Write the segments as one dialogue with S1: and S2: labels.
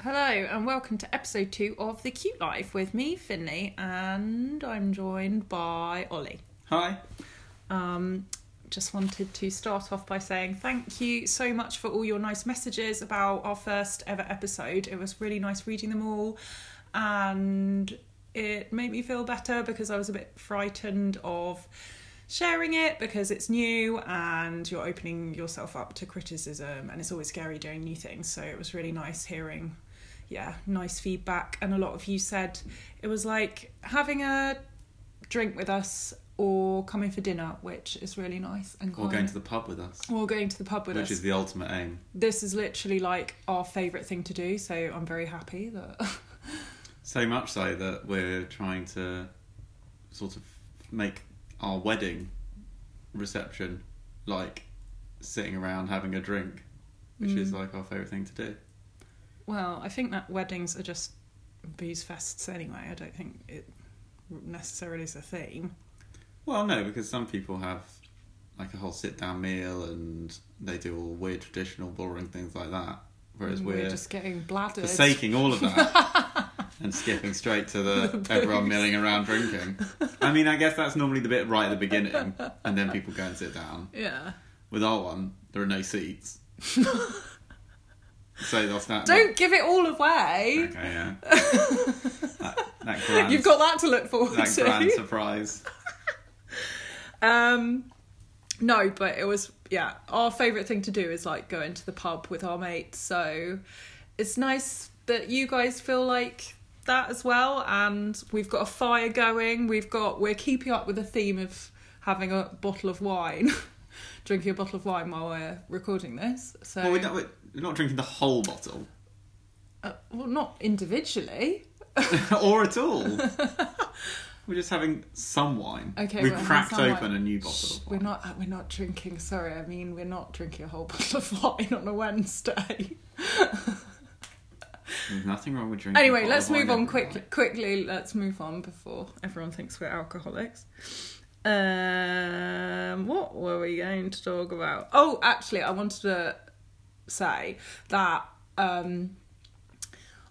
S1: Hello and welcome to episode two of The Cute Life with me, Finley, and I'm joined by Ollie.
S2: Hi.
S1: Um, just wanted to start off by saying thank you so much for all your nice messages about our first ever episode. It was really nice reading them all, and it made me feel better because I was a bit frightened of sharing it because it's new and you're opening yourself up to criticism, and it's always scary doing new things. So it was really nice hearing. Yeah, nice feedback, and a lot of you said it was like having a drink with us or coming for dinner, which is really nice and
S2: Or
S1: kind.
S2: going to the pub with us,
S1: or going to the pub with
S2: which
S1: us.
S2: is the ultimate aim.
S1: This is literally like our favourite thing to do, so I'm very happy that
S2: So much so that we're trying to sort of make our wedding reception like sitting around having a drink, which is
S1: Mm.
S2: like our favourite thing to do.
S1: well, I think that weddings are just booze fests anyway. I don't think it necessarily is a theme.
S2: Well, no, because some people have like a whole sit down meal and they do all weird traditional boring things like that. Whereas
S1: Mm, We're,
S2: we're,
S1: just getting bladdered.
S2: forsaking all of that and skipping straight to the,
S1: The
S2: everyone
S1: booze.
S2: milling around drinking. I mean, I guess that's normally the bit right at the beginning, and then people go and sit down.
S1: Yeah.
S2: With our one, there are no seats, so they'll stand.
S1: Don't give it all away.
S2: Okay, yeah. that, that grand,
S1: You've got that to look forward
S2: that
S1: to.
S2: grand surprise.
S1: Um, no, but it was yeah. Our favourite thing to do is like go into the pub with our mates. So it's nice that you guys feel like that as well. And we've got a fire going. We've got we're keeping up with the theme of having a bottle of wine, drinking a bottle of wine while we're recording this. So
S2: Well, we're not, we're not drinking the whole bottle,
S1: uh, well, not individually.
S2: or at all. We're just having some wine.
S1: Okay,
S2: We've
S1: we're having
S2: cracked
S1: some
S2: open
S1: wine.
S2: a new bottle.
S1: Shh,
S2: of
S1: We're
S2: wine.
S1: not. uh, We're not drinking. Sorry, I mean we're not drinking a whole bottle of wine on a Wednesday.
S2: There's nothing wrong with drinking. a
S1: Anyway,
S2: bottle
S1: let's
S2: of wine
S1: move on
S2: every
S1: quickly.
S2: night.
S1: Quickly, let's move on before everyone thinks we're alcoholics. Um, what were we going to talk about? Oh, actually, I wanted to say that um,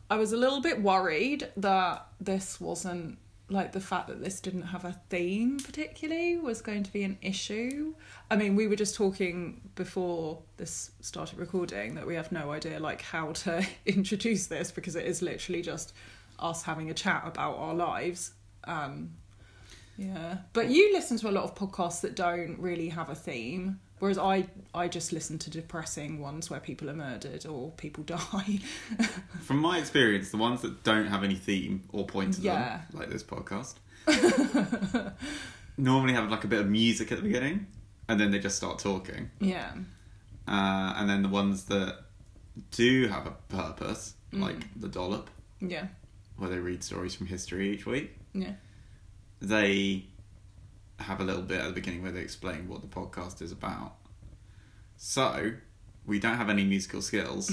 S1: I was a little bit worried that this wasn't like the fact that this didn't have a theme particularly was going to be an issue. I mean, we were just talking before this started recording that we have no idea like how to introduce this because it is literally just us having a chat about our lives. Um yeah. But you listen to a lot of podcasts that don't really have a theme. Whereas I, I just listen to depressing ones where people are murdered or people die.
S2: From my experience, the ones that don't have any theme or point to
S1: Yeah.
S2: them, like this podcast, normally have like a bit of music at the beginning, and then they just start talking.
S1: yeah.
S2: Uh, and then the ones that do have a purpose,
S1: Mm.
S2: like the dollop,
S1: Yeah.
S2: where they read stories from history each week,
S1: Yeah.
S2: they have a little bit at the beginning where they explain what the podcast is about. So we don't have any musical skills,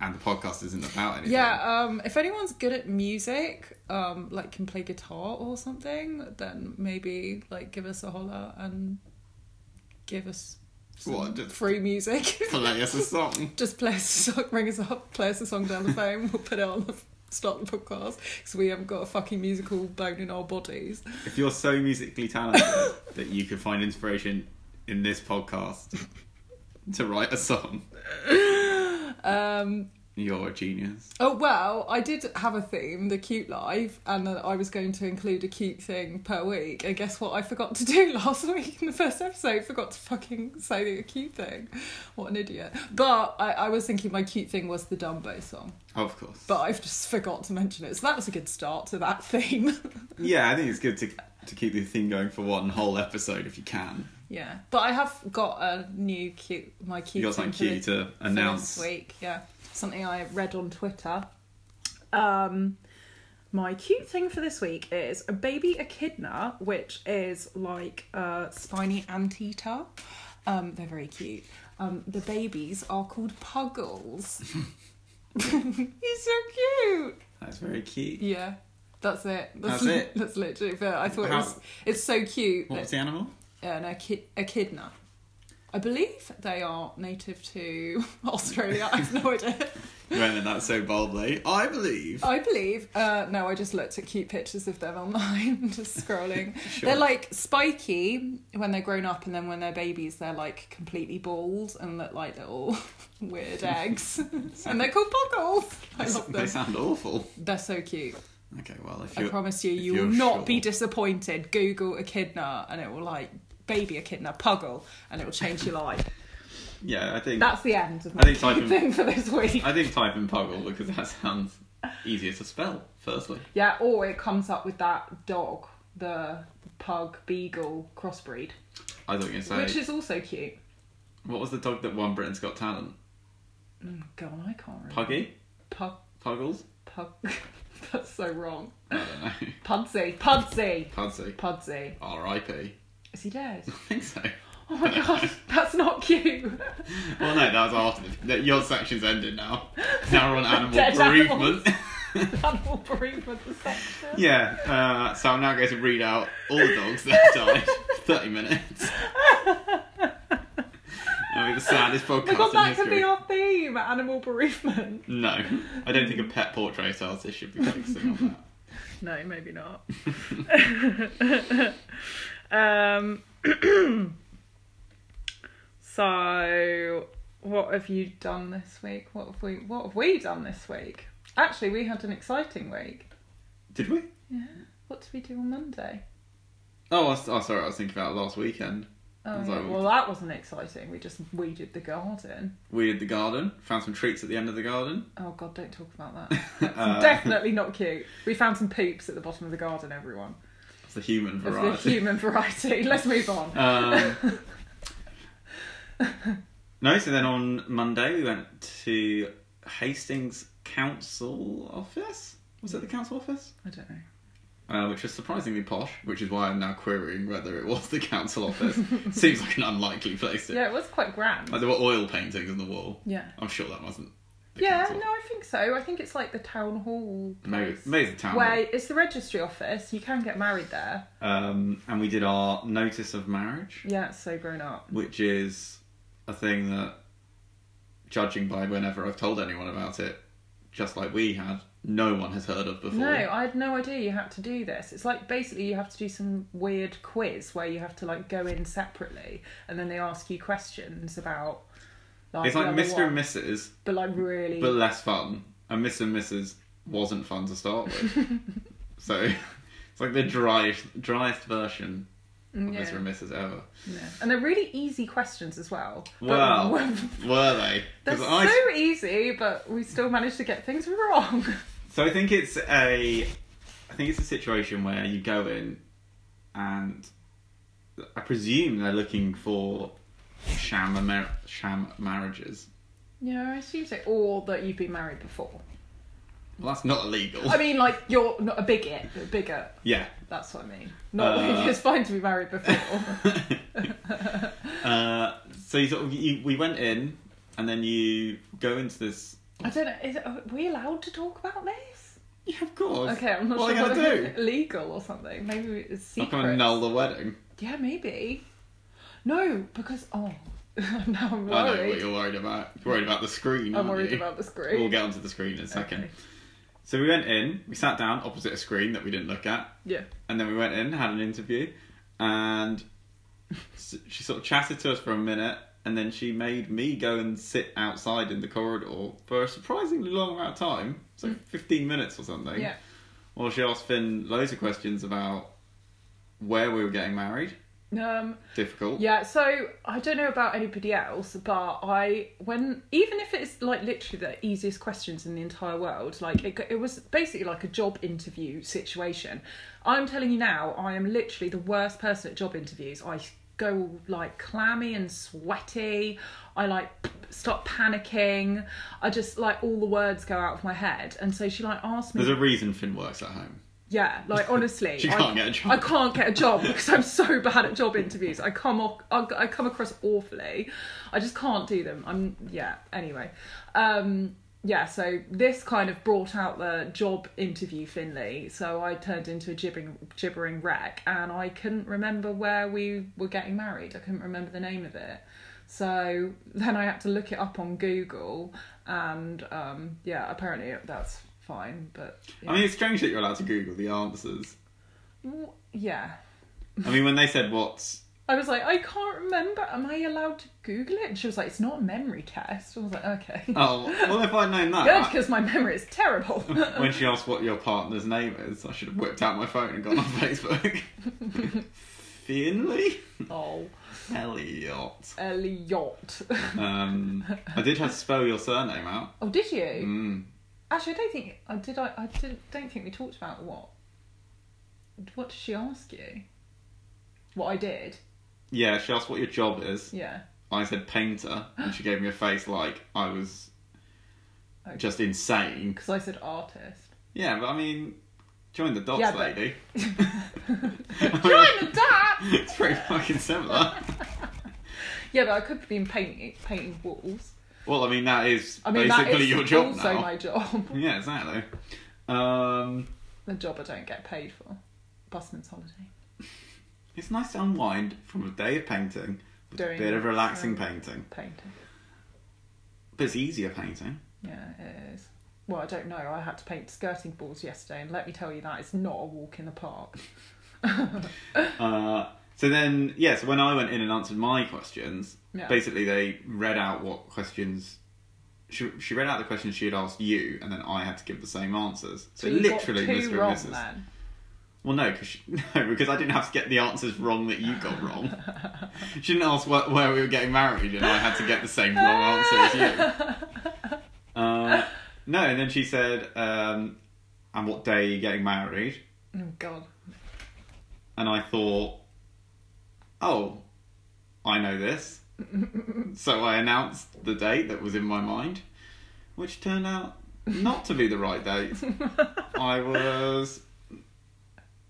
S2: and the podcast isn't about anything.
S1: Yeah, um, if anyone's good at music, um, like can play guitar or something, then maybe like give us a holler and give us some
S2: What, just-
S1: free music.
S2: play us a song.
S1: Just play us a song, ring us up, play us a song down the phone. We'll put it on the start the podcast because we haven't got a fucking musical bone in our bodies.
S2: If you're so musically talented that you could find inspiration in this podcast to write a song,
S1: Um,
S2: you're a genius.
S1: Oh well, I did have a theme, the cute life, and that I was going to include a cute thing per week. And guess what? I forgot to do last week in the first episode. Forgot to fucking say the cute thing. What an idiot! But I, I was thinking my cute thing was the Dumbo song,
S2: Of course.
S1: but I've just forgot to mention it. So that was a good start to that theme.
S2: yeah, I think it's good to to keep the thing going for one whole episode if you can.
S1: yeah, but I have got a new cute my cute.
S2: You got
S1: thing
S2: something
S1: for the-
S2: cute to
S1: for this
S2: announce.
S1: week. Yeah, something I read on Twitter. Um, my cute thing for this week is a baby echidna, which is like a spiny anteater. Um, they're very cute. Um, the babies are called puggles. He's so cute.
S2: That's very cute.
S1: Yeah, that's it.
S2: That's it.
S1: That's literally it. I thought it
S2: How-
S1: was. It's so cute.
S2: What
S1: that-
S2: was the animal?
S1: an echi- echidna. I believe they are native to Australia. I have no idea.
S2: You went in that so boldly. I believe.
S1: I believe. Uh, no, I just looked at cute pictures of them online, just scrolling.
S2: Sure.
S1: They're like spiky when they're grown up, and then when they're babies, they're like completely bald and look like little weird eggs. and they're called boggles. I
S2: They-
S1: love
S2: they
S1: them.
S2: sound awful.
S1: They're so cute.
S2: Okay, well, if
S1: I
S2: you
S1: promise you,
S2: if
S1: you
S2: you're
S1: will not
S2: sure.
S1: be disappointed. Google echidna, and it will like baby echidna, puggle, and it will change your life.
S2: yeah, I think
S1: That's the end of my
S2: I think type in-
S1: thing for this week.
S2: I think type in puggle because that sounds easier to spell. Firstly,
S1: Yeah, or it comes up with that dog, the pug beagle crossbreed,
S2: I thought you were going to
S1: which
S2: say
S1: is also cute.
S2: what was the dog that won Britain's Got Talent?
S1: Mm, God, I can't remember.
S2: Puggy,
S1: Pug.
S2: puggles.
S1: Pug. That's so wrong.
S2: I don't know.
S1: Pudsey. Pudsey.
S2: Pudsey.
S1: Pudsey.
S2: R.I.P.
S1: Is he dead?
S2: I think so.
S1: Oh my god, that's not cute.
S2: Well, no, that was after the, that your section's ended now. Now we're on animal
S1: Dead
S2: bereavement.
S1: Animal bereavement section.
S2: yeah, uh, so I'm now going to read out all the dogs that have died. 30 minutes. That'll be the saddest podcast
S1: Because
S2: in
S1: that could
S2: history.
S1: be our theme, animal bereavement.
S2: no, I don't think a pet portrait artist should be focusing on that.
S1: No, maybe not. um, so, what have you done this week? What have we? What have we done this week? Actually, we had an exciting week.
S2: Did we?
S1: Yeah. What did we do on Monday?
S2: Oh, I was, oh, sorry, I was thinking about last weekend.
S1: Oh,
S2: Was
S1: yeah.
S2: that what-
S1: well, that wasn't exciting. We just weeded the garden.
S2: We did the garden, found some treats at the end of the garden.
S1: Oh God, don't talk about that.
S2: Uh,
S1: Definitely not cute. We found some poops at the bottom of the garden. Everyone
S2: It's the human
S1: of
S2: variety.
S1: the human variety. Let's move on.
S2: Um, no, so then on Monday we went to Hastings Council office. Was it the council office?
S1: I don't know.
S2: Uh, which was surprisingly posh, which is why I'm now querying whether it was the council office. Seems like an unlikely place. To...
S1: Yeah, it was quite grand.
S2: Like, there were oil paintings on the wall.
S1: Yeah.
S2: I'm sure that wasn't. The
S1: Yeah,
S2: council.
S1: no, I think so. I think it's like the town hall.
S2: Maybe,
S1: place.
S2: maybe the town.
S1: Where it's the registry office. You can get married there.
S2: hall. Um, and we did our notice of marriage.
S1: Yeah, it's so grown up.
S2: which is a thing that, judging by whenever I've told anyone about it, just like we had, no one has heard of before.
S1: No, I had no idea you had to do this. It's like basically you have to do some weird quiz where you have to like go in separately and then they ask you questions about like
S2: it's like
S1: the other
S2: Mr.
S1: one,
S2: and Mrs.,
S1: but like really
S2: but less fun. And Mr. and Mrs. wasn't fun to start with. so it's like the driest, driest version of
S1: Mm, yeah,
S2: Mr. and Mrs. ever.
S1: yeah. And they're really easy questions as well. But
S2: Well,
S1: w-
S2: were they?
S1: they're
S2: 'Cause
S1: so
S2: I
S1: easy, but we still managed to get things wrong.
S2: So I think it's a, I think it's a situation where you go in, and I presume they're looking for sham amer- sham marriages.
S1: yeah, I assume so. Or that you've been married before.
S2: Well, that's not illegal.
S1: I mean, like you're not a bigot, but a bigot.
S2: yeah.
S1: That's what I mean. Not
S2: Uh.
S1: it's fine to be married before.
S2: uh, so you sort of you, we went in, and then you go into this.
S1: I don't know. Is it, are we allowed to talk about this?
S2: Yeah, of course.
S1: Okay, I'm not
S2: what
S1: sure.
S2: are
S1: whether
S2: you gonna
S1: it's
S2: do?
S1: Illegal or something? Maybe it's
S2: Not
S1: secret.
S2: gonna null the wedding.
S1: Yeah, maybe. No, because oh, now I'm
S2: I know what
S1: worried.
S2: you're worried about. You're worried about the screen.
S1: I'm
S2: aren't
S1: worried
S2: you?
S1: about the screen.
S2: We'll get onto the screen in a second.
S1: Okay.
S2: So we went in, we sat down opposite a screen that we didn't look at,
S1: Yeah.
S2: and then we went in, had an interview, and s- she sort of chatted to us for a minute, and then she made me go and sit outside in the corridor for a surprisingly long amount of time, so 15 minutes or something.
S1: Mm. Yeah.
S2: While she asked Finn loads of questions about where we were getting married.
S1: Um.
S2: Difficult.
S1: Yeah, so I don't know about anybody else, but I when even if it's like literally the easiest questions in the entire world, like it, it was basically like a job interview situation. I'm telling you now, I am literally the worst person at job interviews. I go like clammy and sweaty. I like p- start panicking. I just like all the words go out of my head, and so she like asked me.
S2: There's a reason Finn works at home.
S1: Yeah, like honestly,
S2: She
S1: I-
S2: can't get a job.
S1: I can't get a job because I'm so bad at job interviews. I come off, I I come across awfully. I just can't do them. I'm yeah. Anyway, um, yeah. So this kind of brought out the job interview Finley. So I turned into a gibbering gibbering wreck, and I couldn't remember where we were getting married. I couldn't remember the name of it. So then I had to look it up on Google, and um, yeah, apparently that's fine. But yeah,
S2: I mean, it's strange that you're allowed to Google the answers.
S1: W- yeah.
S2: I mean, when they said what's
S1: I was like, I can't remember. Am I allowed to Google it? And she was like, It's not a memory test. I was like, Okay,
S2: oh, well, if I'd known
S1: good
S2: that,
S1: because my memory is terrible.
S2: I- when she asked what your partner's name is, I should have whipped out my phone and gone on Facebook. Finley
S1: oh,
S2: Elliot.
S1: Elliot.
S2: Um, I did have to spell your surname out.
S1: oh, did you?
S2: Mm.
S1: Actually, I don't think I did. I, I did, don't think we talked about what. What did she ask you? What I did?
S2: Yeah, she asked what your job is.
S1: Yeah.
S2: I said painter, and she gave me a face like I was just insane.
S1: Because I said artist.
S2: Yeah, but I mean, join the dots,
S1: Yeah, but-
S2: lady.
S1: Kind of that.
S2: it's pretty fucking similar.
S1: Yeah, but I could have been painting painting walls.
S2: Well, I mean, that is
S1: I mean,
S2: basically
S1: that is
S2: your job
S1: also
S2: now.
S1: my job.
S2: Yeah, exactly. Um,
S1: the job I don't get paid for. Busman's holiday.
S2: it's nice to unwind from a day of painting with
S1: Doing
S2: a bit of relaxing
S1: some-
S2: painting.
S1: Painting.
S2: But it's easier painting.
S1: Yeah, it is. Well, I don't know. I had to paint skirting boards yesterday, and let me tell you that it's not a walk in the park.
S2: Uh, so then, yeah, so when I went in and answered my questions,
S1: Yeah.
S2: basically they read out what questions. She, she read out the questions she had asked you, and then I had to give the same answers. So,
S1: you got
S2: literally,
S1: two
S2: Mr. and
S1: wrong
S2: Mrs.
S1: then.
S2: Well, no, because no, because I didn't have to get the answers wrong that you got wrong. she didn't ask where, where we were getting married, and I had to get the same wrong answer as you. Um, no, and then she said, um, "And what day are you getting married?"
S1: Oh God.
S2: And I thought, "Oh, I know this." so I announced the date that was in my mind, which turned out not to be the right date. I was,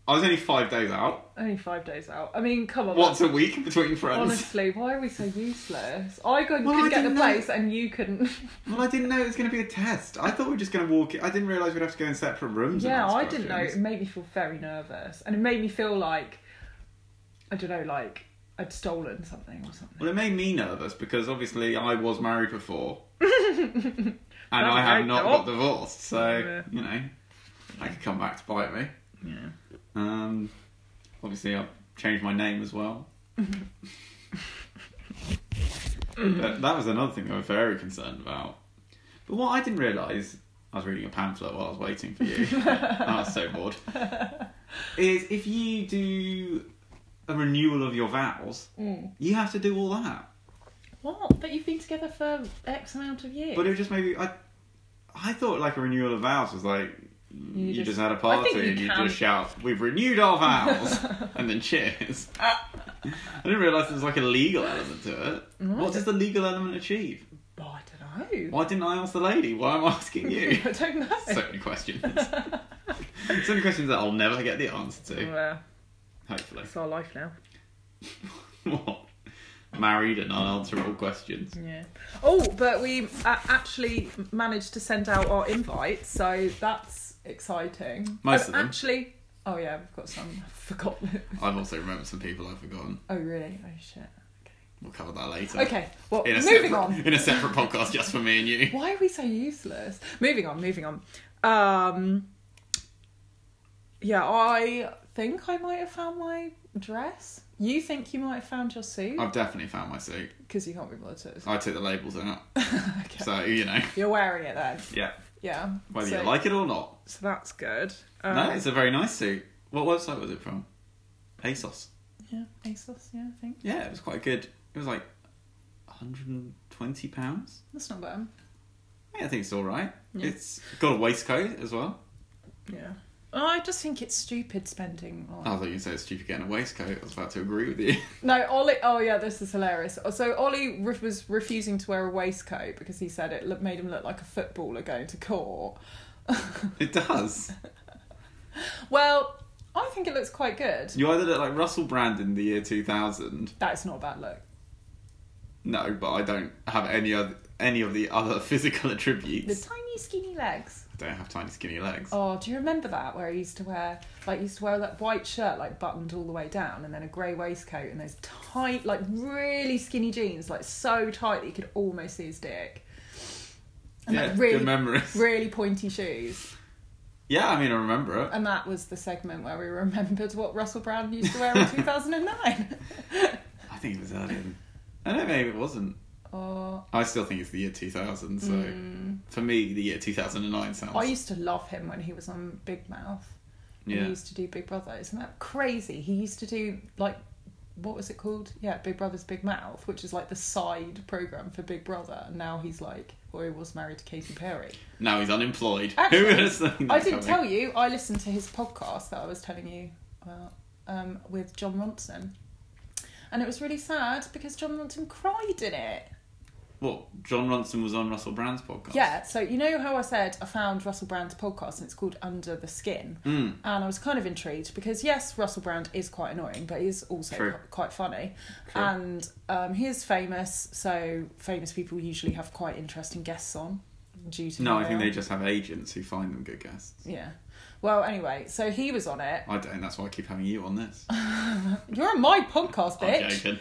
S2: I was only five days out.
S1: Only five days out. I mean, come on.
S2: once
S1: that's-
S2: a week between friends.
S1: Honestly, why are we so useless? I couldn't,
S2: Well,
S1: couldn't get the
S2: I didn't know.
S1: place, and you couldn't.
S2: Well, I didn't know it was going to be a test. I thought we were just going to walk. in. I didn't realise we'd have to go in separate rooms. and
S1: yeah,
S2: ask
S1: I didn't know. It
S2: questions.
S1: made me feel very nervous, and it made me feel like I don't know, like I'd stolen something or something.
S2: Well, it made me nervous because obviously I was married before, and
S1: That's
S2: I
S1: right.
S2: have not
S1: Oh.
S2: got divorced. So
S1: Yeah.
S2: you know, that could come back to bite me.
S1: Yeah.
S2: Um, obviously, I changed my name as well. But that was another thing I was very concerned about. But what I didn't realise, I was reading a pamphlet while I was waiting for you. I was so bored. Is if you do a renewal of your vows,
S1: Mm.
S2: you have to do all that.
S1: What? But you've been together for X amount of years.
S2: But it just maybe I, I thought like a renewal of vows was like you,
S1: You
S2: just,
S1: just-
S2: had a
S1: I think
S2: party
S1: you
S2: and you
S1: can-
S2: just shout, "We've renewed our vows," and then cheers. I didn't realise there was like a legal element to it. What does the legal element achieve?
S1: Oh, I don't know.
S2: Why didn't I ask the lady? Why am I asking you?
S1: I don't know.
S2: so many questions. so many questions that I'll never get the answer to.
S1: Well,
S2: Hopefully,
S1: it's our life now.
S2: what? Married and unanswerable questions.
S1: Yeah. Oh, but we uh, actually managed to send out our invites, so that's exciting.
S2: Most
S1: I've
S2: of them.
S1: Actually, oh yeah, we've got some. I've forgotten.
S2: I've also remembered some people I've forgotten.
S1: oh really? Oh shit.
S2: We'll cover that later.
S1: Okay. Well,
S2: in a
S1: moving
S2: separate,
S1: on.
S2: in a separate podcast just for me and you.
S1: Why are we so useless? Moving on. Moving on. Um. Yeah, I think I might have found my dress. You think you might have found your suit
S2: I've definitely found my suit.
S1: because you can't be bothered. to-
S2: I took the labels out,
S1: okay.
S2: um, so you know,
S1: You're wearing it then.
S2: yeah.
S1: Yeah.
S2: Whether
S1: so,
S2: you like it or not,
S1: So that's good. Uh,
S2: no, it's a very nice suit. What website was it from? ASOS.
S1: Yeah, ASOS, yeah, I think.
S2: Yeah, it was quite good. It was like 120 pounds.
S1: That's not bad.
S2: Yeah, I think it's all right.
S1: Yeah.
S2: It's got a waistcoat as well.
S1: Yeah. Oh, I just think it's stupid spending on.
S2: I thought you said it's stupid getting a waistcoat. I was about to agree with you.
S1: No, Ollie. Oh, yeah, this is hilarious. Oh, So, Ollie re- was refusing to wear a waistcoat because he said it lo- made him look like a footballer going to court.
S2: it does.
S1: Well, I think it looks quite good.
S2: You either look like Russell Brand in the year 2000
S1: That's not a bad look.
S2: No, but I don't have any other any of the other physical
S1: The
S2: attributes.
S1: tiny, skinny legs.
S2: don't have tiny skinny legs.
S1: Oh, do you remember that where I used to wear like used to wear that white shirt like buttoned all the way down and then a grey waistcoat and those tight like really skinny jeans like so tight that you could almost see his dick. And
S2: yeah,
S1: like really
S2: good memories.
S1: really pointy shoes.
S2: yeah, I mean, I remember it.
S1: And that was the segment where we remembered what Russell Brand used to wear in 2009.
S2: I think it was earlier. than- I don't know, maybe it wasn't.
S1: or
S2: I still think it's the year 2000, so
S1: Mm.
S2: for me, the year 2009 sounds.
S1: I used to love him when he was on Big Mouth. when
S2: yeah.
S1: He used to do Big Brother. Isn't that crazy? He used to do like what was it called? Yeah, Big Brother's Big Mouth, which is like the side program for Big Brother. And now he's like, or he was married to Katy Perry.
S2: Now he's unemployed.
S1: Actually,
S2: Who would have seen that
S1: I didn't
S2: coming?
S1: tell you. I listened to his podcast that I was telling you about um, with John Ronson, and it was really sad because John Ronson cried in it.
S2: What? John Ronson was on Russell Brand's podcast?
S1: Yeah, so you know how I said I found Russell Brand's podcast and it's called Under the Skin?
S2: Mm.
S1: And I was kind of intrigued because, yes, Russell Brand is quite annoying, but he is also
S2: True.
S1: qu- quite funny.
S2: True.
S1: And um, he is famous, so famous people usually have quite interesting guests on due to.
S2: No,
S1: who
S2: I think
S1: are.
S2: they just have agents who find them good guests.
S1: Yeah. Well, anyway, so he was on it.
S2: I don't, that's why I keep having you on this.
S1: You're on my podcast,
S2: I'm
S1: bitch.
S2: joking.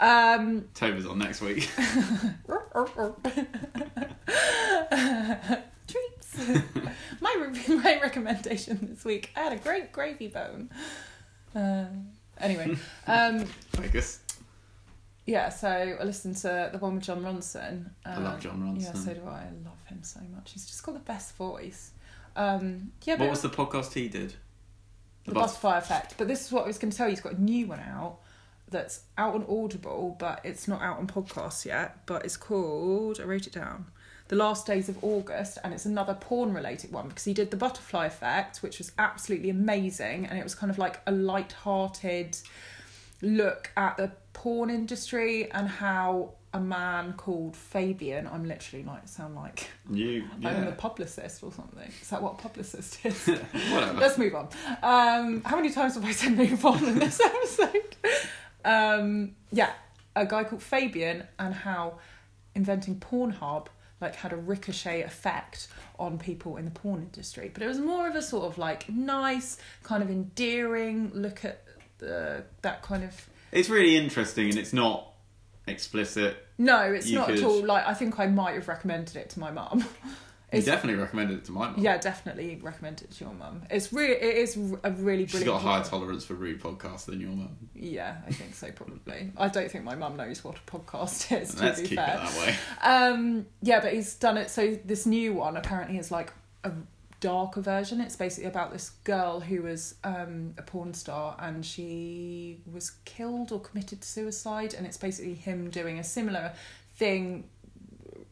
S1: Um,
S2: Toba's on next week.
S1: Um, Treats. my re- my recommendation this week. I had a great gravy bone. Uh, anyway, um,
S2: Focus.
S1: yeah. So I listened to the one with John Ronson.
S2: I love John Ronson.
S1: Um, Yeah, so do I. I love him so much. He's just got the best voice. Um, yeah, but
S2: what was the podcast he did?
S1: the butterfly effect. But this is what I was going to tell you. He's got a new one out that's out on Audible, but it's not out on podcasts yet. But it's called I wrote it down. The Last Days of August, and it's another porn related one because he did the butterfly effect, which was absolutely amazing, and it was kind of like a light hearted look at the porn industry and how a man called Fabian, I'm literally like sound like
S2: You.
S1: I'm a
S2: Yeah.
S1: publicist or something. Is that what a publicist is?
S2: Whatever.
S1: Let's move on. Um, how many times have I said move on in this episode? Um, yeah, a guy called Fabian and how inventing Pornhub like had a ricochet effect on people in the porn industry. But it was more of a sort of like nice, kind of endearing look at the that kind of
S2: It's really interesting and it's not explicit.
S1: no, it's
S2: You
S1: not
S2: could-
S1: at all. Like I think I might have recommended it to my mum.
S2: You
S1: It's-
S2: definitely recommended it to my mum.
S1: yeah, definitely recommend it to your mum. It's really it is a really brilliant.
S2: She's got a higher
S1: podcast.
S2: tolerance for rude podcasts than your mum.
S1: Yeah, I think so probably. I don't think my mum knows what a podcast is. To
S2: Let's
S1: be
S2: keep
S1: fair,
S2: it that way.
S1: um, yeah, but he's done it. So this new one apparently is like a darker version. It's basically about this girl who was um, a porn star and she was killed or committed suicide, and it's basically him doing a similar thing.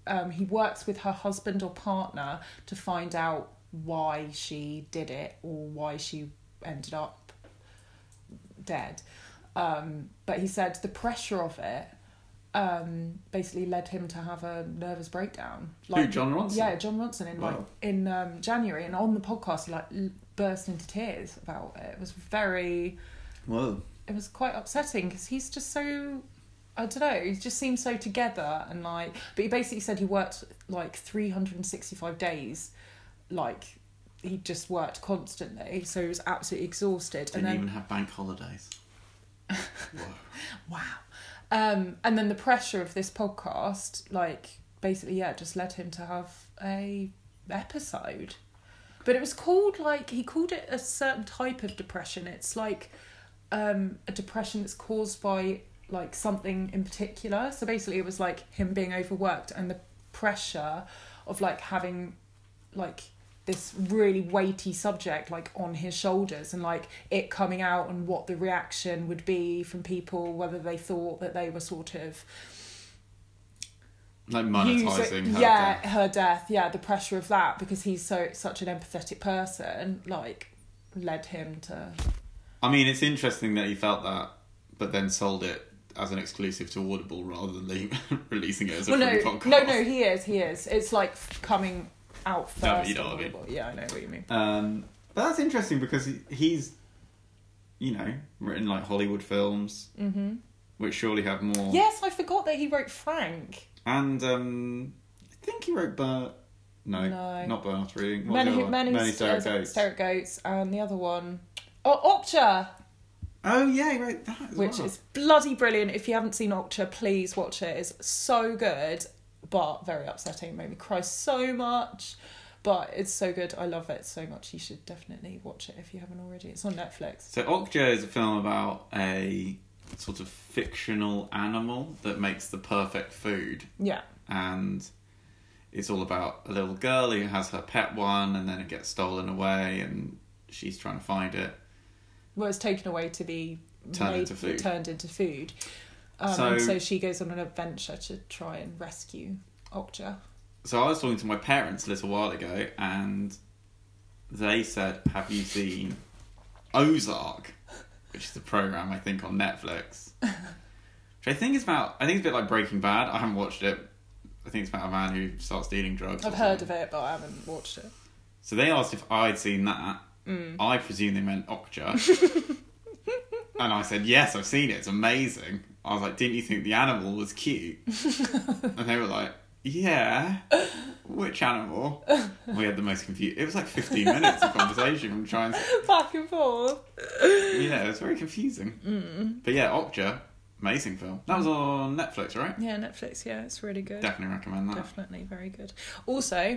S1: Um, he works with her husband or partner to find out why she did it or why she ended up dead. Um, but he said the pressure of it um, basically led him to have a nervous breakdown.
S2: John Ronson?
S1: Yeah, John Ronson in like
S2: Wow.
S1: in um, January, and on the podcast he like l- burst into tears about it. It was very,
S2: Whoa.
S1: it was quite upsetting because he's just so. I don't know. He just seems so together and like, but he basically said he worked like three hundred and sixty-five days, like he just worked constantly, so he was absolutely exhausted.
S2: Didn't
S1: and then
S2: even have bank holidays. Whoa.
S1: Wow. Um, and then the pressure of this podcast, like basically, yeah, just led him to have a episode. But it was called like he called it a certain type of depression. It's like um, a depression that's caused by like something in particular. So basically, it was like him being overworked and the pressure of like having like this really weighty subject like on his shoulders and like it coming out and what the reaction would be from people whether they thought that they were sort of
S2: Like
S1: using-
S2: monetising her.
S1: yeah
S2: death.
S1: her death yeah the pressure of that because he's so such an empathetic person like led him to
S2: I mean, it's interesting that he felt that, but then sold it as an exclusive to Audible rather than le- releasing it as a
S1: well
S2: free
S1: no
S2: podcast.
S1: no no he is he is it's like coming out first
S2: No, but you know
S1: on
S2: what I mean.
S1: Audible. yeah i know what you mean
S2: Um, but that's interesting because he- he's, you know, written like Hollywood films, mm-hmm. which surely have more.
S1: yes i forgot that he wrote frank
S2: And um, I think he wrote Bert No,
S1: No.
S2: not Bernard Reading. What
S1: Men
S2: was the
S1: who
S2: other
S1: men
S2: one?
S1: who
S2: Many Sarah Gates.
S1: Sarah Goats and the other one Oh Opcha
S2: Oh yeah, he wrote that as
S1: which
S2: well.
S1: is bloody brilliant. If you haven't seen Octa, please watch it. It's so good, but very upsetting. It made me cry so much, but it's so good. I love it so much. You should definitely watch it if you haven't already. It's on Netflix.
S2: So Okja is a film about a sort of fictional animal that makes the perfect food,
S1: Yeah,
S2: and it's all about a little girl who has her pet one, and then it gets stolen away, and she's trying to find it.
S1: well, it's taken away to be
S2: Turned into food.
S1: Turned into food. Um,
S2: So-
S1: so, so she goes on an adventure to try and rescue Okja.
S2: So I was talking to my parents a little while ago, and they said, "Have you seen Ozark?" Which is a program I think on Netflix, which I think is about. I think it's a bit like Breaking Bad. I haven't watched it. I think it's about a man who starts dealing drugs.
S1: I've heard of it, but I haven't watched it.
S2: So they asked if I'd seen that.
S1: Mm.
S2: I presume they meant Okja. and I said, Yes, I've seen it. It's amazing. I was like, Didn't you think the animal was cute? and they were like, Yeah. Which animal? we had the most confused. It was like 15 minutes of conversation from trying to.
S1: Back and forth.
S2: Yeah, it was very confusing.
S1: Mm.
S2: But yeah, Okja, amazing film. That was on Netflix, right?
S1: Yeah, Netflix. Yeah, it's really good.
S2: Definitely recommend that.
S1: Definitely very good. Also,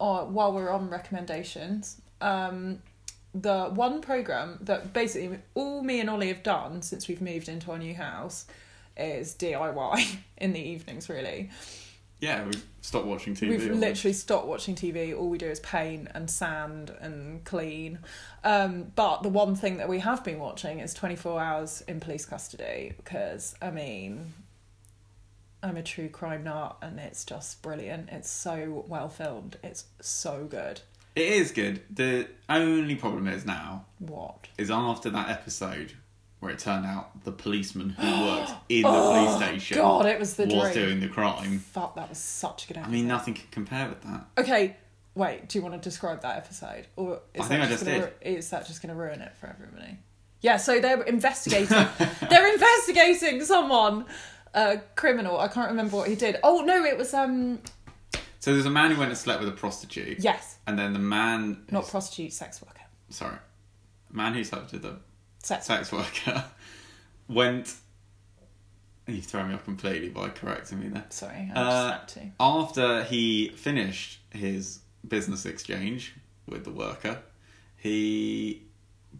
S1: uh, while we're on recommendations, um, the one program that basically all me and Ollie have done since we've moved into our new house is DIY in the evenings. Really,
S2: Yeah, we've stopped watching TV.
S1: we've
S2: all day.
S1: literally stopped watching TV. All we do is paint and sand and clean. Um, but the one thing that we have been watching is Twenty Four Hours in Police Custody because I mean. I'm a true crime nut and it's just brilliant. It's so well filmed. It's so good.
S2: It is good. The only problem is now
S1: What?
S2: is after that episode where it turned out the policeman who worked in the police station
S1: Oh, God, it was the dream.
S2: was doing the crime.
S1: Fuck, that was such a good
S2: I
S1: episode.
S2: mean, nothing can compare with that.
S1: okay, wait, do you want to describe that episode? Or is
S2: I think
S1: that
S2: I
S1: just
S2: just
S1: gonna,
S2: did.
S1: ru- Is that just going to ruin it for everybody? Yeah, so they're investigating. they're investigating someone, a criminal. I can't remember what he did. Oh, no, it was, um,
S2: So there's a man who went and slept with a prostitute,
S1: yes,
S2: and then the man,
S1: not prostitute, sex worker.
S2: sorry, man who slept with a
S1: Sex.
S2: sex worker went. You throw me off completely by correcting me there.
S1: Sorry, I
S2: Uh,
S1: just had to.
S2: After he finished his business exchange with the worker, he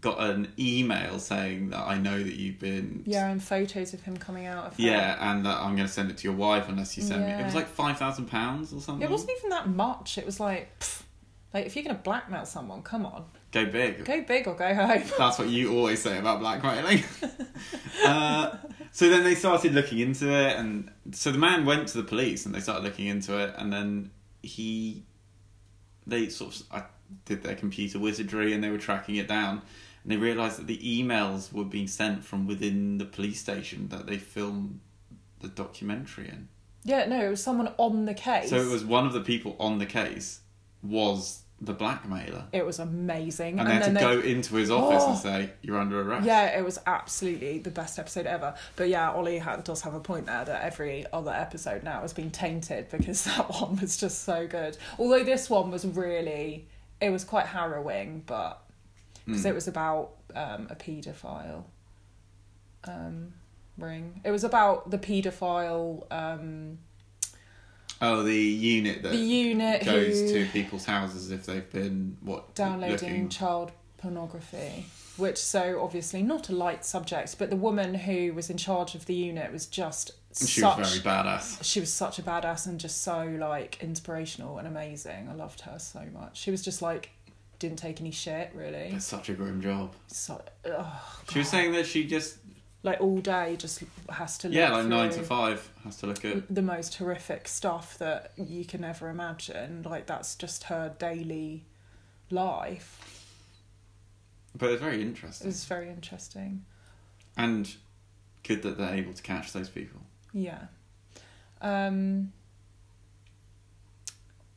S2: got an email saying that I know that you've been
S1: Yeah, and photos of him coming out of her.
S2: Yeah, and that I'm going to send it to your wife unless you send me. It was
S1: Yeah.
S2: like five thousand pounds or something.
S1: It wasn't even that much. It was like, pfft, like if you're going to blackmail someone, come on,
S2: Go big.
S1: go big or go home.
S2: That's what you always say about blackmailing. uh, so then they started looking into it, and so the man went to the police, and they started looking into it, and then he, they sort of I did their computer wizardry, and they were tracking it down, and they realised that the emails were being sent from within the police station that they filmed the documentary in.
S1: Yeah, no, it was someone on the case.
S2: So it was one of the people on the case was the blackmailer.
S1: It was amazing,
S2: And, they had to go into his office and
S1: Oh.
S2: say, You're under arrest.
S1: Yeah, it was absolutely the best episode ever. But yeah, Ollie ha- does have a point there that every other episode now has been tainted because that one was just so good. Although this one was really, it was quite harrowing, but because
S2: Hmm.
S1: it was about um, a paedophile um, ring. It was about the paedophile. Um,
S2: Oh, the unit that
S1: the unit
S2: goes
S1: who
S2: to people's houses if they've been what
S1: downloading
S2: looking-
S1: child pornography which so obviously not a light subject but the woman who was in charge of the unit was just
S2: She
S1: such
S2: was very badass.
S1: she was such a badass and just so like inspirational and amazing i loved her so much she was just like didn't take any shit really
S2: It's such a grim job.
S1: so, ugh,
S2: She was saying that she just
S1: like all day just has to look
S2: yeah, like nine
S1: through
S2: to five has to look at
S1: the most horrific stuff that you can ever imagine like that's just her daily life
S2: but it's
S1: it
S2: very interesting.
S1: was very interesting
S2: And good that they're able to catch those people.
S1: Yeah. Um,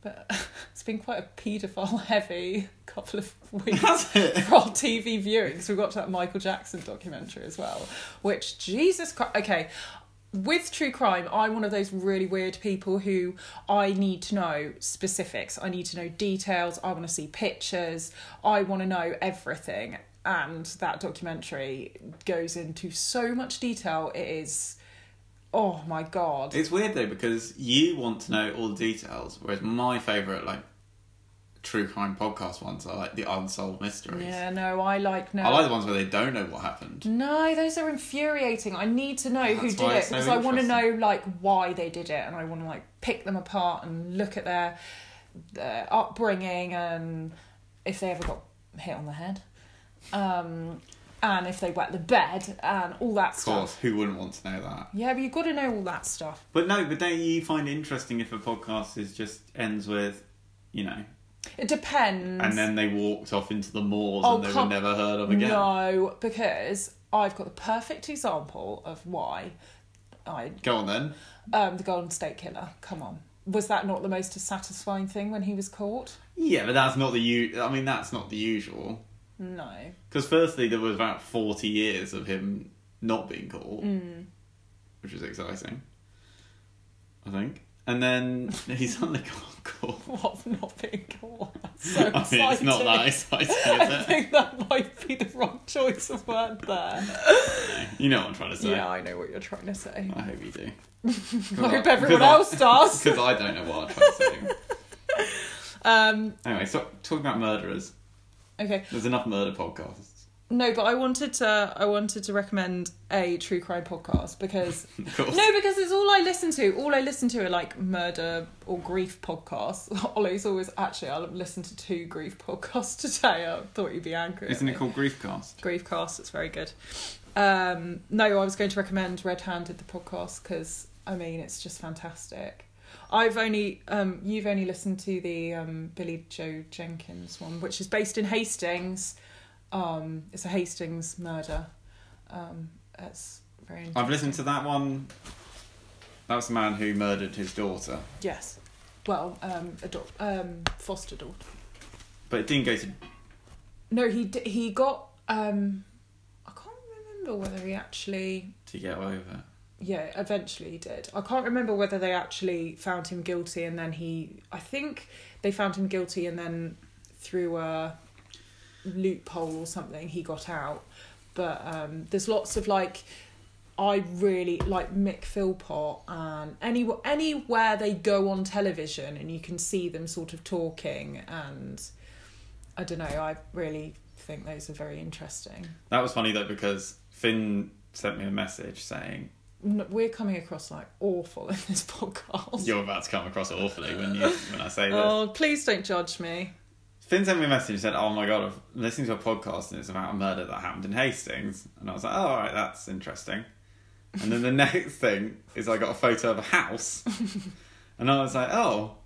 S1: but it's been quite a paedophile heavy couple of weeks
S2: Has it?
S1: for our TV viewing. So we watched that Michael Jackson documentary as well, which Jesus Christ. Okay, with true crime, I'm one of those really weird people who I need to know specifics. I need to know details. I want to see pictures. I want to know everything. And that documentary goes into so much detail. It is, oh my god.
S2: It's weird though because you want to know all the details, whereas my favourite like true crime podcast ones are like the unsolved mysteries.
S1: yeah, no, I like no.
S2: I like the ones where they don't know what happened.
S1: No, those are infuriating. I need to know who
S2: That's
S1: did
S2: why
S1: it
S2: it's so
S1: because I want to know
S2: interesting.
S1: like why they did it, and I want to like pick them apart and look at their, their upbringing and if they ever got hit on the head, um, and if they wet the bed and all that
S2: Of
S1: stuff.
S2: course, who wouldn't want to know that?
S1: Yeah, but you've got to know all that stuff.
S2: But no, but don't you find it interesting if a podcast is just ends with, you know,
S1: It depends.
S2: and then they walked off into the moors
S1: Oh,
S2: and they
S1: come-
S2: were never heard of again.
S1: no, because I've got the perfect example of why I
S2: Go on then.
S1: um, the Golden State Killer. Come on. Was that not the most satisfying thing when he was caught?
S2: Yeah, but that's not the u. I mean, that's not the usual.
S1: No.
S2: Because firstly, there was about forty years of him not being caught,
S1: Hmm.
S2: which was exciting. I think, and then he suddenly got caught.
S1: What not being caught? That's so
S2: I mean, it's not that
S1: exciting.
S2: exciting,
S1: I
S2: is it?
S1: think that might be the wrong choice of word there.
S2: You know what I'm trying to say.
S1: Yeah, I know what you're trying to say.
S2: I hope you do.
S1: I hope everyone else does.
S2: Because I don't know what I'm trying to say.
S1: Um,
S2: anyway, so talking about murderers,
S1: okay,
S2: there's enough murder podcasts.
S1: no, but I wanted to. I wanted to recommend a true crime podcast because
S2: Of course.
S1: No, because it's all I listen to. All I listen to are like murder or grief podcasts. Ollie's always actually I listened to two grief podcasts today. I thought you'd be angry. at
S2: Isn't
S1: me.
S2: it called Griefcast?
S1: Griefcast? It's very good. Um, no, I was going to recommend Red Handed the podcast because I mean it's just fantastic. I've only um, you've only listened to the um, Billy Joe Jenkins one, which is based in Hastings. Um, it's a Hastings murder. Um, that's very.
S2: I've
S1: interesting.
S2: listened to that one. That was the man who murdered his daughter,
S1: Yes. Well, um, adopt, um, foster daughter.
S2: but it didn't go to.
S1: No, he d- he got. Um, I can't remember whether he actually.
S2: To get over.
S1: Yeah, eventually he did. I can't remember whether they actually found him guilty, and then he. I think they found him guilty, and then through a loophole or something, he got out. But um, there's lots of like. I really like Mick Philpott and any anywhere they go on television and you can see them sort of talking and I don't know I really think those are very interesting.
S2: That was funny though because Finn sent me a message saying
S1: N- We're coming across like awful in this podcast.
S2: you're about to come across awfully when you when I say this.
S1: Oh, please don't judge me.
S2: Finn sent me a message and said, "Oh my god, I've listening to a podcast and it's about a murder that happened in Hastings," and I was like, "Oh, all right, that's interesting." And then the next thing is I got a photo of a house, and I was like, "Oh,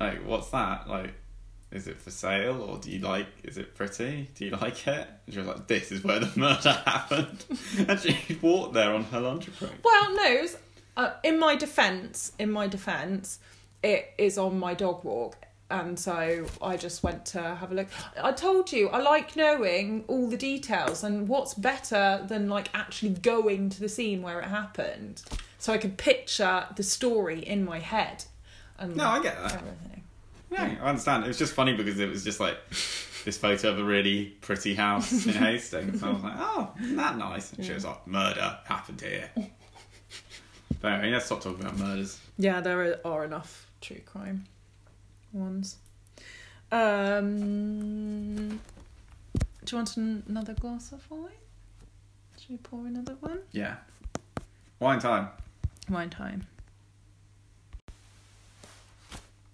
S2: like what's that? Like, is it for sale or do you like? Is it pretty? Do you like it?" And she was like, "This is where the murder happened," and she walked there on her lunch break.
S1: Well, no. it was- Uh, in my defence, in my defence, it is on my dog walk, and so I just went to have a look. I told you I like knowing all the details, and what's better than like actually going to the scene where it happened, so I could picture the story in my head. And
S2: No, I get that.
S1: everything.
S2: No, I understand. It was just funny because it was just like this photo of a really pretty house in Hastings. And I was like, oh, isn't that nice? And she was like, murder happened here. But anyway, let's stop talking about murders.
S1: Yeah, there are, are enough true crime ones. Um, do you want an- another glass of wine? Should we pour another one?
S2: Yeah. Wine time.
S1: Wine time.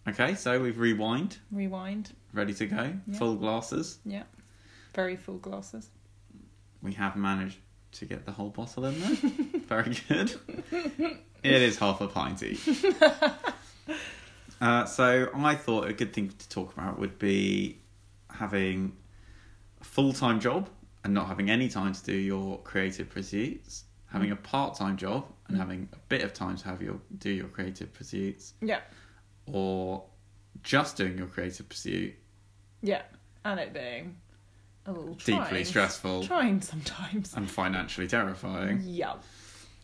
S2: Okay, so we've rewind,
S1: Rewind.
S2: ready to go,
S1: Yeah.
S2: full glasses.
S1: Yeah. Very full glasses.
S2: We have managed to get the whole bottle in there. Very good. It is half a pint each. uh, so I thought a good thing to talk about would be having a full time job and not having any time to do your creative pursuits, having a part time job and having a bit of time to have your do your creative pursuits,
S1: Yeah.
S2: or just doing your creative pursuit
S1: Yeah. And it being a little
S2: deeply
S1: trying.
S2: stressful
S1: Trying sometimes.
S2: and financially terrifying.
S1: Yeah.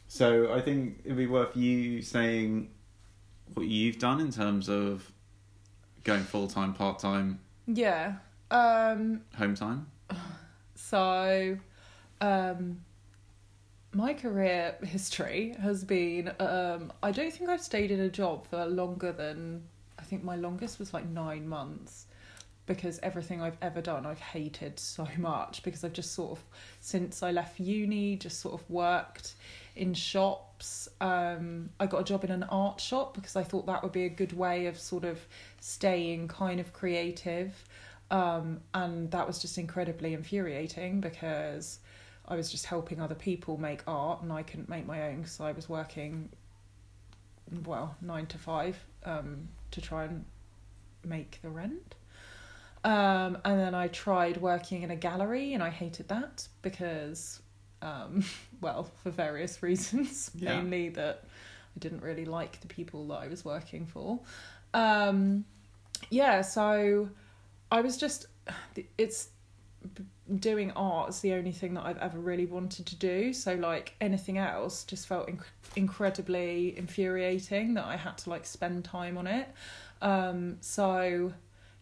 S2: So I think it'd be worth you saying what you've done in terms of going full time, part time,
S1: Yeah. Um,
S2: home time.
S1: so, um, my career history has been um, I don't think I've stayed in a job for longer than I think my longest was like nine months because everything I've ever done I've hated so much because I've just sort of since I left uni just sort of worked in shops um I got a job in an art shop because I thought that would be a good way of sort of staying kind of creative um and that was just incredibly infuriating because I was just helping other people make art and I couldn't make my own because I was working well, nine to five, um, to try and make the rent. Um, and then I tried working in a gallery and I hated that because, um, well, for various reasons,
S2: Yeah.
S1: mainly that I didn't really like the people that I was working for. Um, yeah, so I was just, it's doing art is the only thing that I've ever really wanted to do. So like anything else just felt inc- incredibly infuriating that I had to like spend time on it. Um so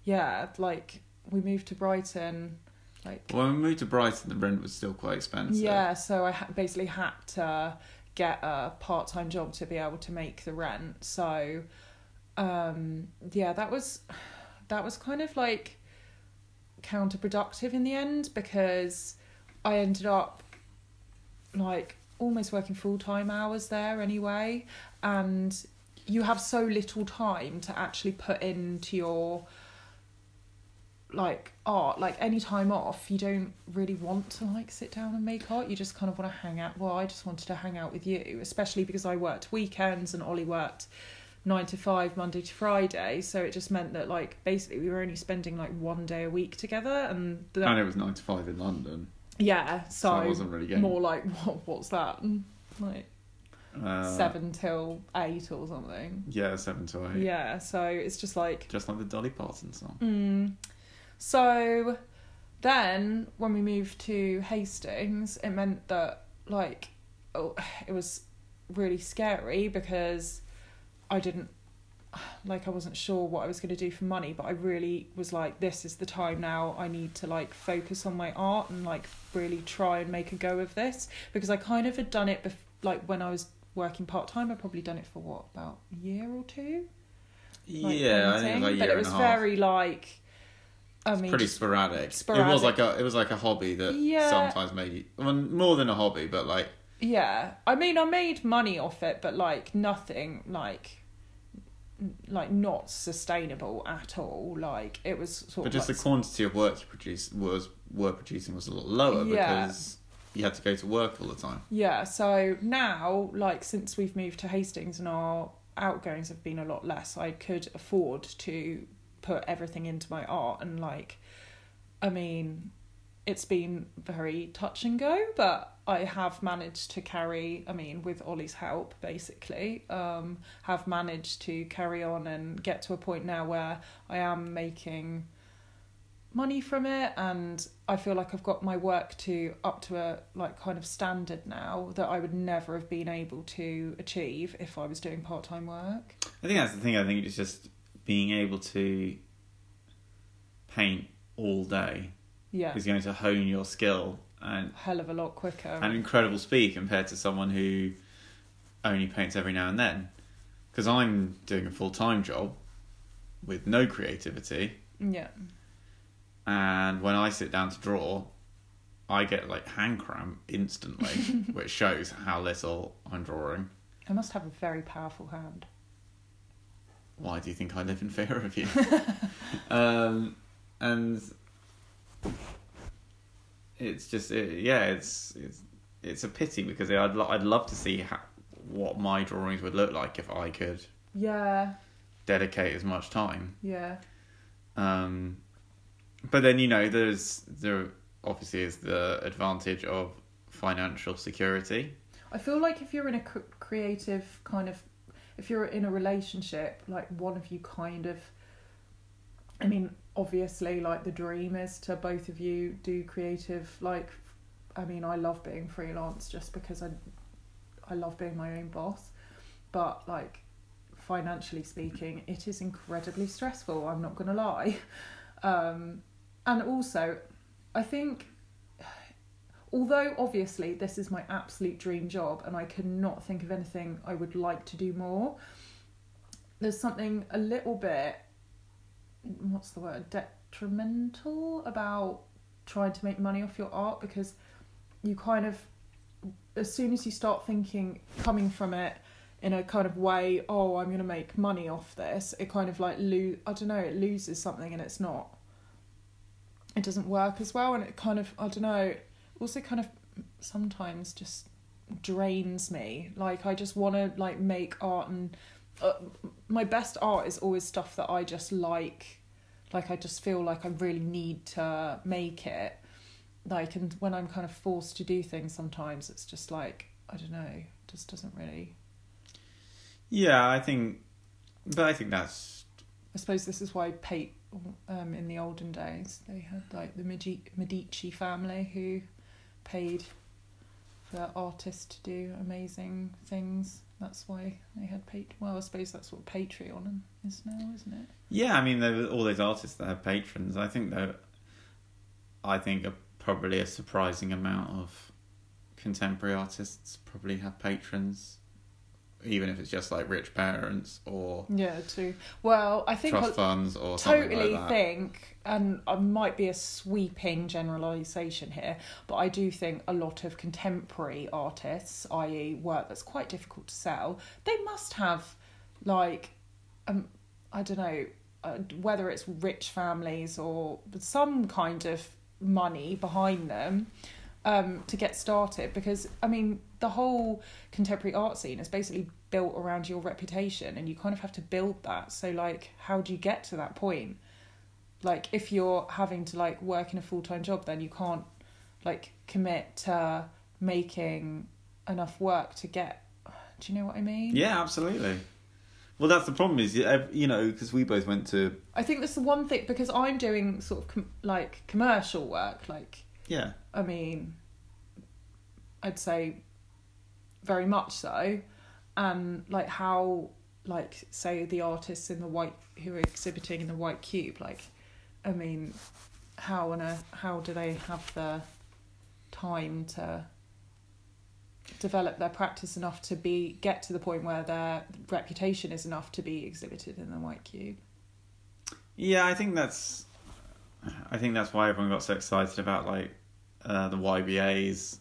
S1: yeah, like we moved to Brighton like
S2: When we moved to Brighton, the rent was still quite expensive.
S1: yeah, so I ha- basically had to get a part time job to be able to make the rent. So, um, yeah, that was that was kind of like counterproductive in the end because I ended up like almost working full time hours there anyway, and you have so little time to actually put into your like art like any time off you don't really want to like sit down and make art you just kind of want to hang out well i just wanted to hang out with you especially because i worked weekends and ollie worked nine to five monday to friday so it just meant that like basically we were only spending like one day a week together and that,
S2: And it was nine to five in London.
S1: yeah
S2: So, I
S1: so,
S2: wasn't really getting
S1: more like what, what's that like
S2: uh,
S1: seven till eight or something
S2: Yeah, seven to eight.
S1: yeah so it's just like
S2: Just like the Dolly Parton song.
S1: Mm. So then when we moved to Hastings, it meant that like oh, it was really scary because I didn't like I wasn't sure what I was going to do for money, but I really was like this is the time now I need to like focus on my art and like really try and make a go of this because I kind of had done it bef- like when I was working part time I'd probably done it for what about a year or two like,
S2: yeah, I
S1: painting,
S2: think it was like a
S1: but
S2: year
S1: it
S2: and
S1: was
S2: a half.
S1: very like. I mean,
S2: Pretty
S1: just-
S2: sporadic. It
S1: sporadic.
S2: was like a it was like a hobby that
S1: Yeah.
S2: sometimes maybe well, more than a hobby, but like
S1: yeah. I mean, I made money off it, but like nothing, like, n- like not sustainable at all. Like it was sort
S2: But
S1: of
S2: just the
S1: like,
S2: quantity of work you produce was were producing was a lot lower
S1: Yeah.
S2: because you had to go to work all the time.
S1: yeah. So now, like, since we've moved to Hastings and our outgoings have been a lot less, I could afford to put everything into my art and like, I mean, it's been very touch and go, but I have managed to carry, I mean, with Ollie's help basically, um, have managed to carry on and get to a point now where I am making money from it and I feel like I've got my work to up to a like kind of standard now that I would never have been able to achieve if I was doing part-time work.
S2: I think that's the thing. I think it's just being able to paint all day
S1: Yeah.
S2: is going to hone your skill and
S1: Hell of a lot quicker.
S2: an incredible speed compared to someone who only paints every now and then. Because I'm doing a full time job with no creativity,
S1: yeah.
S2: and when I sit down to draw, I get like hand cramp instantly, which shows how little I'm drawing.
S1: I must have a very powerful hand.
S2: Why do you think I live in fear of you? um, and it's just it, yeah, it's it's it's a pity because I'd lo- I'd love to see how, what my drawings would look like if I could
S1: Yeah.
S2: dedicate as much time.
S1: Yeah.
S2: Um, but then you know, there's there obviously is the advantage of financial security.
S1: I feel like if you're in a cr- creative kind of, if you're in a relationship, like one of you kind of, I mean, obviously, like the dream is to both of you do creative. Like, I mean, I love being freelance just because I, I love being my own boss, but like financially speaking, it is incredibly stressful. I'm not going to lie. Um, and also, I think, although obviously this is my absolute dream job and I cannot think of anything I would like to do more, there's something a little bit, what's the word, detrimental about trying to make money off your art because you kind of, as soon as you start thinking, coming from it, in a kind of way, oh, I'm going to make money off this, it kind of like lose, I don't know, it loses something and it's not, it doesn't work as well. And it kind of, I don't know, also kind of sometimes just drains me. Like, I just want to like make art and uh, my best art is always stuff that I just like. Like, I just feel like I really need to make it. Like, and when I'm kind of forced to do things sometimes, it's just like, I don't know, just doesn't really
S2: Yeah, I think, but I think that's
S1: I suppose this is why Pate, um, in the olden days, they had like the Medi- Medici family who paid for artists to do amazing things. That's why they had Pate. Well, I suppose that's what Patreon is now, isn't it?
S2: yeah. I mean, there were all those artists that have patrons. I think that I think a, probably a surprising amount of contemporary artists probably have patrons, even if it's just like rich parents or
S1: Yeah, too. Well, I think
S2: trust
S1: I
S2: funds or something
S1: totally
S2: like that.
S1: think, and I might be a sweeping generalisation here, but I do think a lot of contemporary artists, i.e., work that's quite difficult to sell, they must have like um i don't know uh, whether it's rich families or some kind of money behind them um to get started because i mean the whole contemporary art scene is basically built around your reputation and you kind of have to build that so like how do you get to that point like if you're having to like work in a full-time job then you can't like commit to making enough work to get do you know what i mean
S2: Yeah, absolutely. Well, that's the problem is you ev- you know because we both went to
S1: I think that's the one thing because I'm doing sort of com- like commercial work. Like,
S2: yeah
S1: I mean, I'd say very much so, and like how like say the artists in the white who are exhibiting in the white cube. Like, I mean, how on a how do they have the time to develop their practice enough to be get to the point where their reputation is enough to be exhibited in the white cube?
S2: yeah I think that's I think that's why everyone got so excited about like uh, the YBAs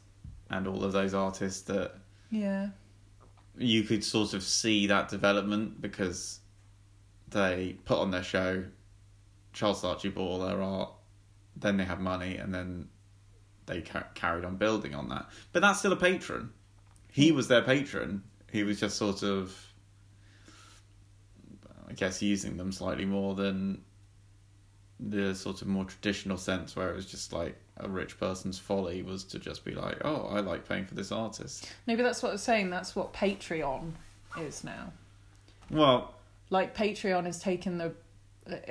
S2: and all of those artists that
S1: Yeah.
S2: you could sort of see that development because they put on their show, Charles Saatchi bought all their art, then they had money, and then they ca- carried on building on that. But that's still a patron. He was their patron. He was just sort of, I guess, using them slightly more than the sort of more traditional sense where it was just like a rich person's folly was to just be like, oh, I like paying for this artist.
S1: No, but that's what I was saying. That's what Patreon is now.
S2: Well,
S1: Like Patreon has taken the,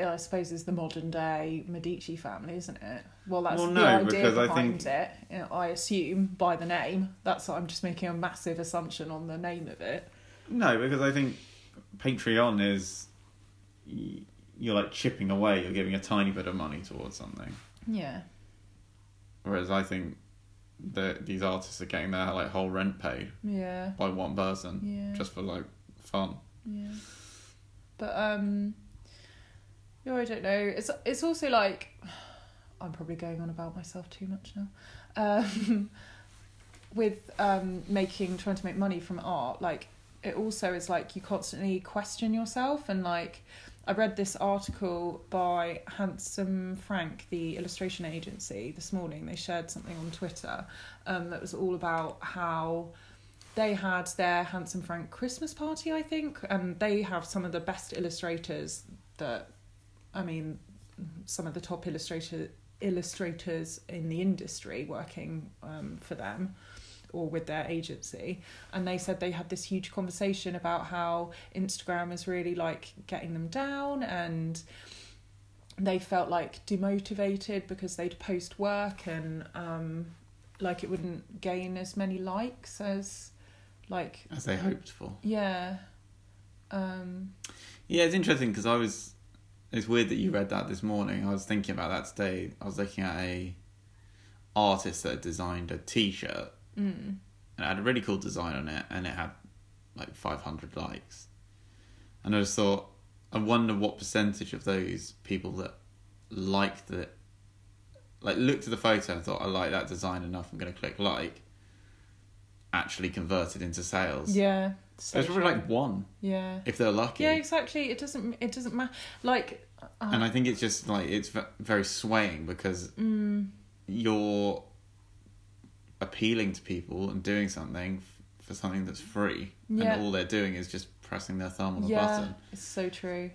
S1: uh, I suppose, is the modern day Medici family, isn't it? Well, that's
S2: Well,
S1: the
S2: no,
S1: idea
S2: because I
S1: behind
S2: think-
S1: it. you know, I assume by the name. That's I'm just making a massive assumption on the name of it.
S2: No, because I think Patreon is y- you're like chipping away. You're giving a tiny bit of money towards something,
S1: Yeah.
S2: whereas I think that these artists are getting their like whole rent paid
S1: Yeah.
S2: by one person
S1: Yeah.
S2: just for like fun.
S1: Yeah. But um yeah, I don't know. It's it's also like I'm probably going on about myself too much now. Um with um making trying to make money from art, like it also is like you constantly question yourself and like I read this article by Handsome Frank, the illustration agency, this morning. They shared something on Twitter um, that was all about how they had their Handsome Frank Christmas party, I think, and they have some of the best illustrators that, I mean, some of the top illustrator illustrators in the industry working um, for them or with their agency and they said they had this huge conversation about how Instagram is really like getting them down and they felt like demotivated because they'd post work and um like it wouldn't gain as many likes as Like,
S2: as they hoped for.
S1: yeah. Um,
S2: Yeah, it's interesting because I was. It's weird that you read that this morning. I was thinking about that today. I was looking at a artist that had designed a T-shirt,
S1: mm,
S2: and it had a really cool design on it, and it had like 500 likes. And I just thought, I wonder what percentage of those people that liked it, like looked at the photo and thought, I like that design enough, I'm going to click like, actually converted into sales.
S1: yeah.
S2: There's probably like one
S1: yeah.
S2: if they're lucky.
S1: Yeah, exactly. It doesn't. It doesn't matter. Like, uh,
S2: and I think it's just like it's ve- very swaying because
S1: mm,
S2: you're appealing to people and doing something f- for something that's free,
S1: Yeah.
S2: and all they're doing is just pressing their thumb on a
S1: yeah,
S2: button.
S1: it's so true.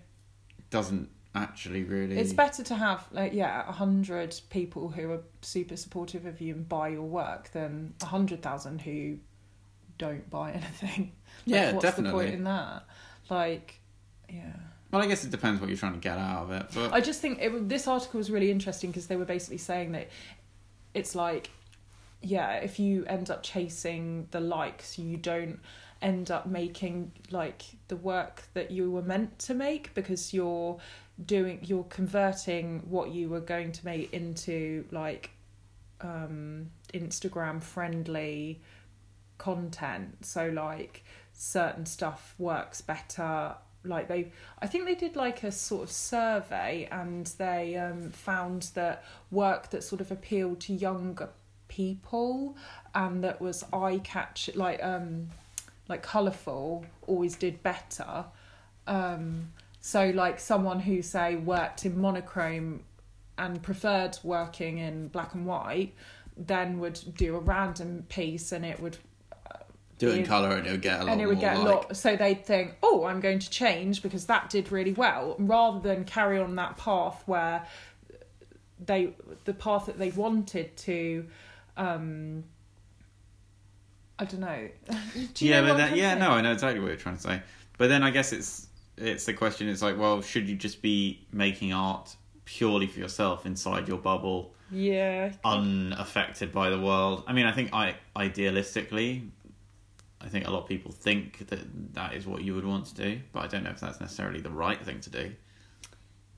S2: Doesn't actually really.
S1: It's better to have like yeah, a hundred people who are super supportive of you and buy your work than a hundred thousand who don't buy anything. Like,
S2: Yeah,
S1: what's the
S2: definitely.
S1: point in that? Like, yeah.
S2: Well, I guess it depends what you're trying to get out of it, but
S1: I just think it, w- this article was really interesting because they were basically saying that it's like, yeah, if you end up chasing the likes, you don't end up making like the work that you were meant to make because you're doing you're converting what you were going to make into like um Instagram friendly content so like certain stuff works better like they I think they did like a sort of survey and they um, found that work that sort of appealed to younger people and that was eye catch like um like colourful always did better. Um, so like someone who say worked in monochrome and preferred working in black and white then would do a random piece and it would
S2: do it in
S1: it-
S2: colour and it'll get a lot
S1: and it would
S2: more
S1: get a
S2: like.
S1: lot so they'd think oh i'm going to change because that did really well rather than carry on that path where they the path that they wanted to um i don't know Do you
S2: yeah,
S1: know
S2: but
S1: what I'm
S2: that, yeah,
S1: saying?
S2: no, I know exactly what you're trying to say. But then I guess it's it's the question. It's like, well, should you just be making art purely for yourself inside your bubble?
S1: yeah
S2: unaffected by the world. I mean, I think I idealistically, I think a lot of people think that that is what you would want to do, but I don't know if that's necessarily the right thing to do.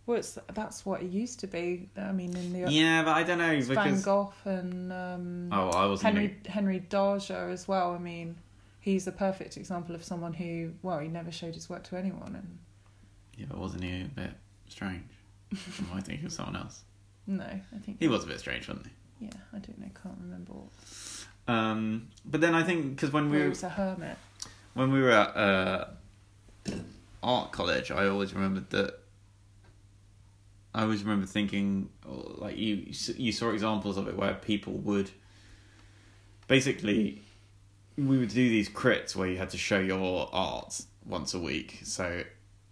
S1: well it's, that's what it used to be i mean in the
S2: Yeah, but I don't know
S1: van
S2: because
S1: gogh and um
S2: oh, I wasn't.
S1: Henry
S2: gonna-
S1: Henry Darger as well. I mean, he's a perfect example of someone who, well, he never showed his work to anyone, and
S2: Yeah, but wasn't he a bit strange? Am I thinking of someone else?
S1: no, I think
S2: He was a bit strange, wasn't he?
S1: yeah, I don't know, can't remember. What,
S2: Um, but then I think because when we
S1: well, he
S2: were
S1: was a hermit.
S2: when we were at uh, art college, I always remembered that. I always remember thinking, oh, like you, you saw examples of it where people would. Basically, we would do these crits where you had to show your art once a week. So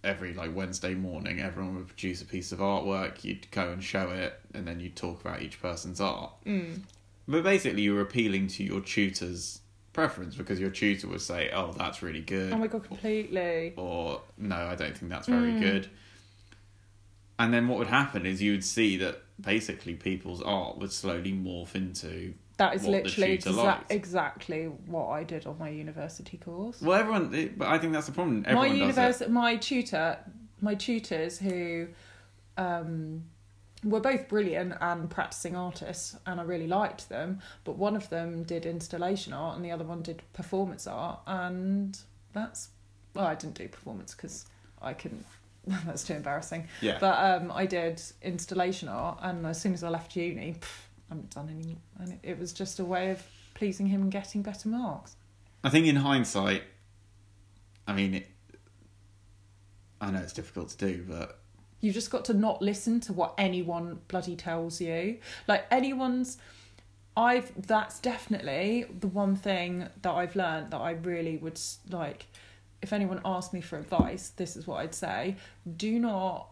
S2: every like Wednesday morning, everyone would produce a piece of artwork. You'd go and show it, and then you'd talk about each person's art.
S1: Mm.
S2: But basically, you were appealing to your tutor's preference because your tutor would say, "Oh, that's really good,"
S1: Oh my god, completely.
S2: or "No, I don't think that's very
S1: Hmm.
S2: good." And then what would happen is you would see that basically people's art would slowly morph into
S1: That is
S2: what the
S1: literally
S2: tutor
S1: exa-
S2: liked.
S1: exactly what I did on my university course.
S2: well, everyone. It, but I think that's the problem. Everyone
S1: my
S2: does
S1: university, my tutor, my tutors who um, were both brilliant and practicing artists, and I really liked them. But one of them did installation art, and the other one did performance art, and that's well, I didn't do performance because I couldn't. that's too embarrassing.
S2: it. Yeah,
S1: But um, I did installation art, and as soon as I left uni, pff, I haven't done any. And it, it was just a way of pleasing him and getting better marks.
S2: I think in hindsight, I mean, it, I know it's difficult to do, but
S1: You've just got to not listen to what anyone bloody tells you. Like anyone's I've that's definitely the one thing that I've learned that I really would s- like if anyone asked me for advice, this is what I'd say. Do not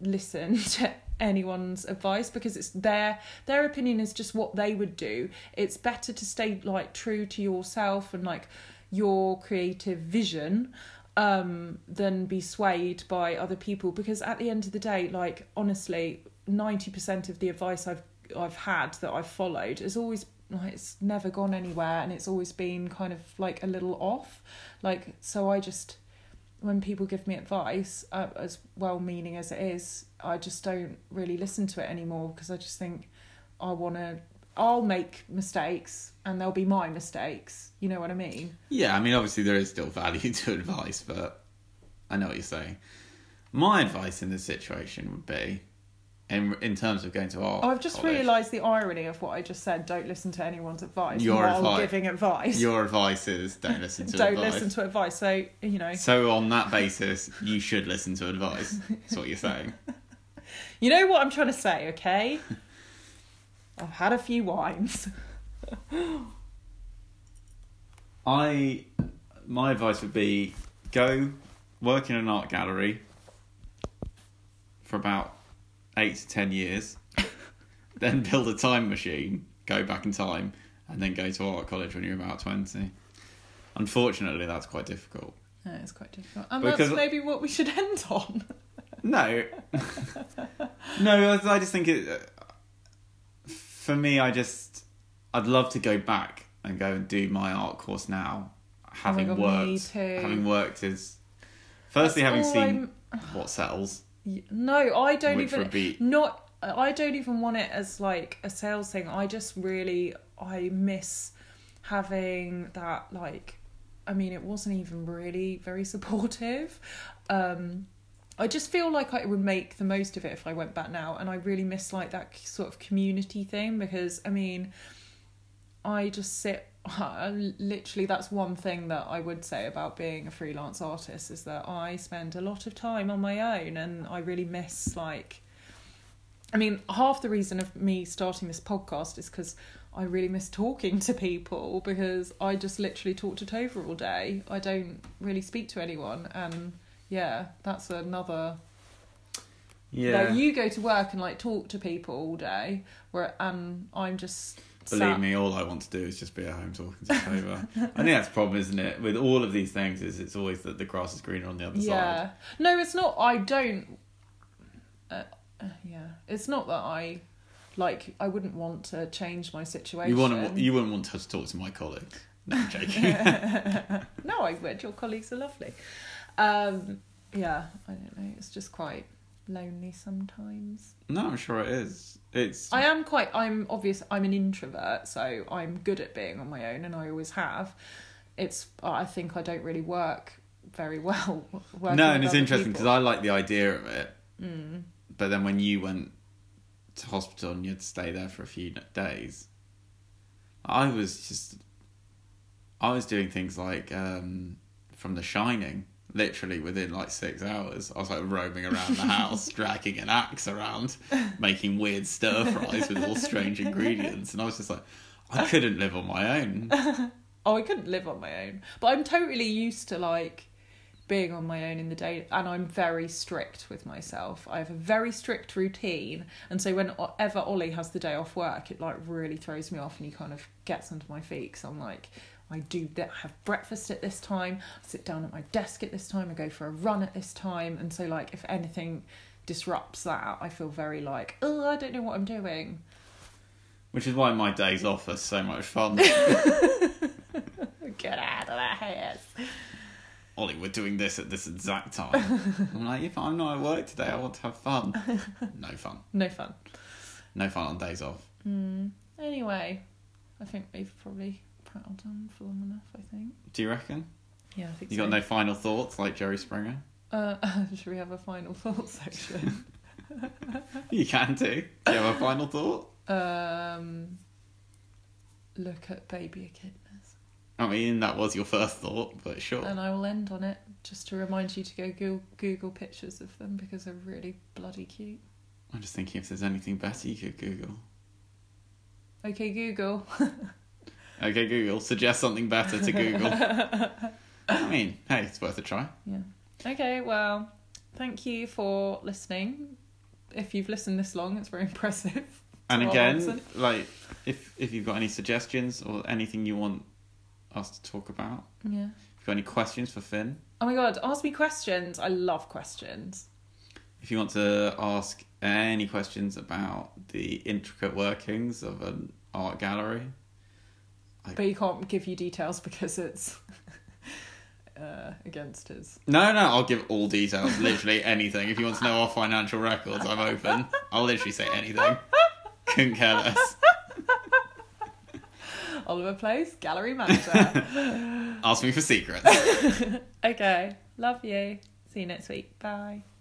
S1: listen to anyone's advice because it's their their opinion is just what they would do. It's better to stay like true to yourself and like your creative vision um than be swayed by other people because at the end of the day like honestly 90% of the advice I've I've had that I've followed has always like it's never gone anywhere and it's always been kind of like a little off like so i just when people give me advice uh, as well meaning as it is i just don't really listen to it anymore because i just think i want to i'll make mistakes and they'll be my mistakes you know what i mean
S2: Yeah, I mean, obviously there is still value to advice, but I know what you're saying. My advice in this situation would be, in in terms of going to art.
S1: oh i've just
S2: college,
S1: realized the irony of what i just said don't listen to anyone's advice
S2: Your
S1: while
S2: advice.
S1: giving advice
S2: your advice is don't listen to
S1: don't
S2: advice.
S1: listen to advice so you know
S2: so on that basis, you should listen to advice. That's what you're saying.
S1: You know what I'm trying to say, okay? I've had a few wines.
S2: I, my advice would be, go work in an art gallery for about eight to ten years, then build a time machine, go back in time, and then go to art college when you're about twenty. Unfortunately, that's quite difficult.
S1: No, it's quite difficult. And
S2: Because-
S1: that's maybe what we should end on.
S2: No, no, I- I just think it. For me, I just, I'd love to go back and go and do my art course now, having
S1: Oh God,
S2: worked,
S1: me too.
S2: having worked is, firstly,
S1: That's
S2: having
S1: all
S2: seen what settles.
S1: Y- No, I don't
S2: Wait for
S1: even
S2: a beat.
S1: not I don't even want it as like a sales thing. I just really I miss having that like I mean it wasn't even really very supportive. Um I just feel like I would make the most of it if I went back now and I really miss like that c- sort of community thing because I mean I just sit literally that's one thing that I would say about being a freelance artist is that I spend a lot of time on my own and I really miss like I mean half the reason of me starting this podcast is cuz I really miss talking to people because I just literally talk to Tova all day. I don't really speak to anyone and yeah, that's another
S2: Yeah,
S1: like you go to work and like talk to people all day where and I'm just
S2: believe
S1: sat-
S2: me, all I want to do is just be at home talking to Tova. I think that's the problem, isn't it? With all of these things, is it's always that the grass is greener on the other side.
S1: Yeah. No, it's not. I don't. Uh, uh, yeah, it's not that I like. I wouldn't want to change my situation.
S2: You wouldn't, you wouldn't want to talk to my colleagues. No, I'm joking.
S1: no, I would. Your colleagues are lovely. Um, yeah, I don't know. It's just quite lonely sometimes.
S2: no, I'm sure it is. It's
S1: I am quite. I'm obvious. I'm an introvert, so I'm good at being on my own, and I always have. It's. I think I don't really work very well. working
S2: no,
S1: with
S2: and it's
S1: other
S2: interesting because
S1: people. Mm.
S2: I like the idea of it, but then when you went to hospital and you had to stay there for a few n- days, I was just, I was doing things like um, from The Shining, literally within like six hours. I was like roaming around the house, dragging an axe around, making weird stir fries with all strange ingredients, and I was just like, I couldn't live on my own.
S1: Oh, I couldn't live on my own. But I'm totally used to like being on my own in the day and I'm very strict with myself. I have a very strict routine and so whenever Ollie has the day off work, it like really throws me off and he kind of gets under my feet cuz I'm like I do that have breakfast at this time, I sit down at my desk at this time, I go for a run at this time and so like if anything disrupts that, I feel very like, oh, I don't know what I'm doing.
S2: Which is why my days off are so much fun.
S1: Get out of the house.
S2: Ollie, we're doing this at this exact time. I'm like, if I'm not at work today, I want to have fun. No fun.
S1: No fun.
S2: No fun on days off.
S1: Anyway, I think we've probably prattled on for long enough. I think.
S2: Do you reckon?
S1: Yeah, I think
S2: You
S1: so.
S2: got no final thoughts like Jerry Springer?
S1: Uh, should we have a final thought section?
S2: You can do. Do you have a final thought?
S1: um, look at baby echidnas,
S2: I mean, that was your first thought, but sure.
S1: and I will end on it just to remind you to go Google, Google pictures of them because they're really bloody cute.
S2: I'm just thinking if there's anything better you could Google.
S1: Okay, Google.
S2: Okay, Google, suggest something better to Google. I mean, hey, it's worth a try.
S1: Yeah. Okay. Well, thank you for listening. If you've listened this long, it's very impressive.
S2: And
S1: Well
S2: again,
S1: answered.
S2: like, if if you've got any suggestions or anything you want us to talk about,
S1: Yeah.
S2: if you've got any questions for Finn,
S1: Oh my god, ask me questions. I love questions.
S2: If you want to ask any questions about the intricate workings of an art gallery,
S1: But he can't give you details because it's uh, against his.
S2: No, no, I'll give all details, literally anything. If you want to know our financial records, I'm open. I'll literally say anything. Couldn't care less.
S1: Oliver Place, gallery manager.
S2: Ask me for secrets.
S1: okay, love you. See you next week. Bye.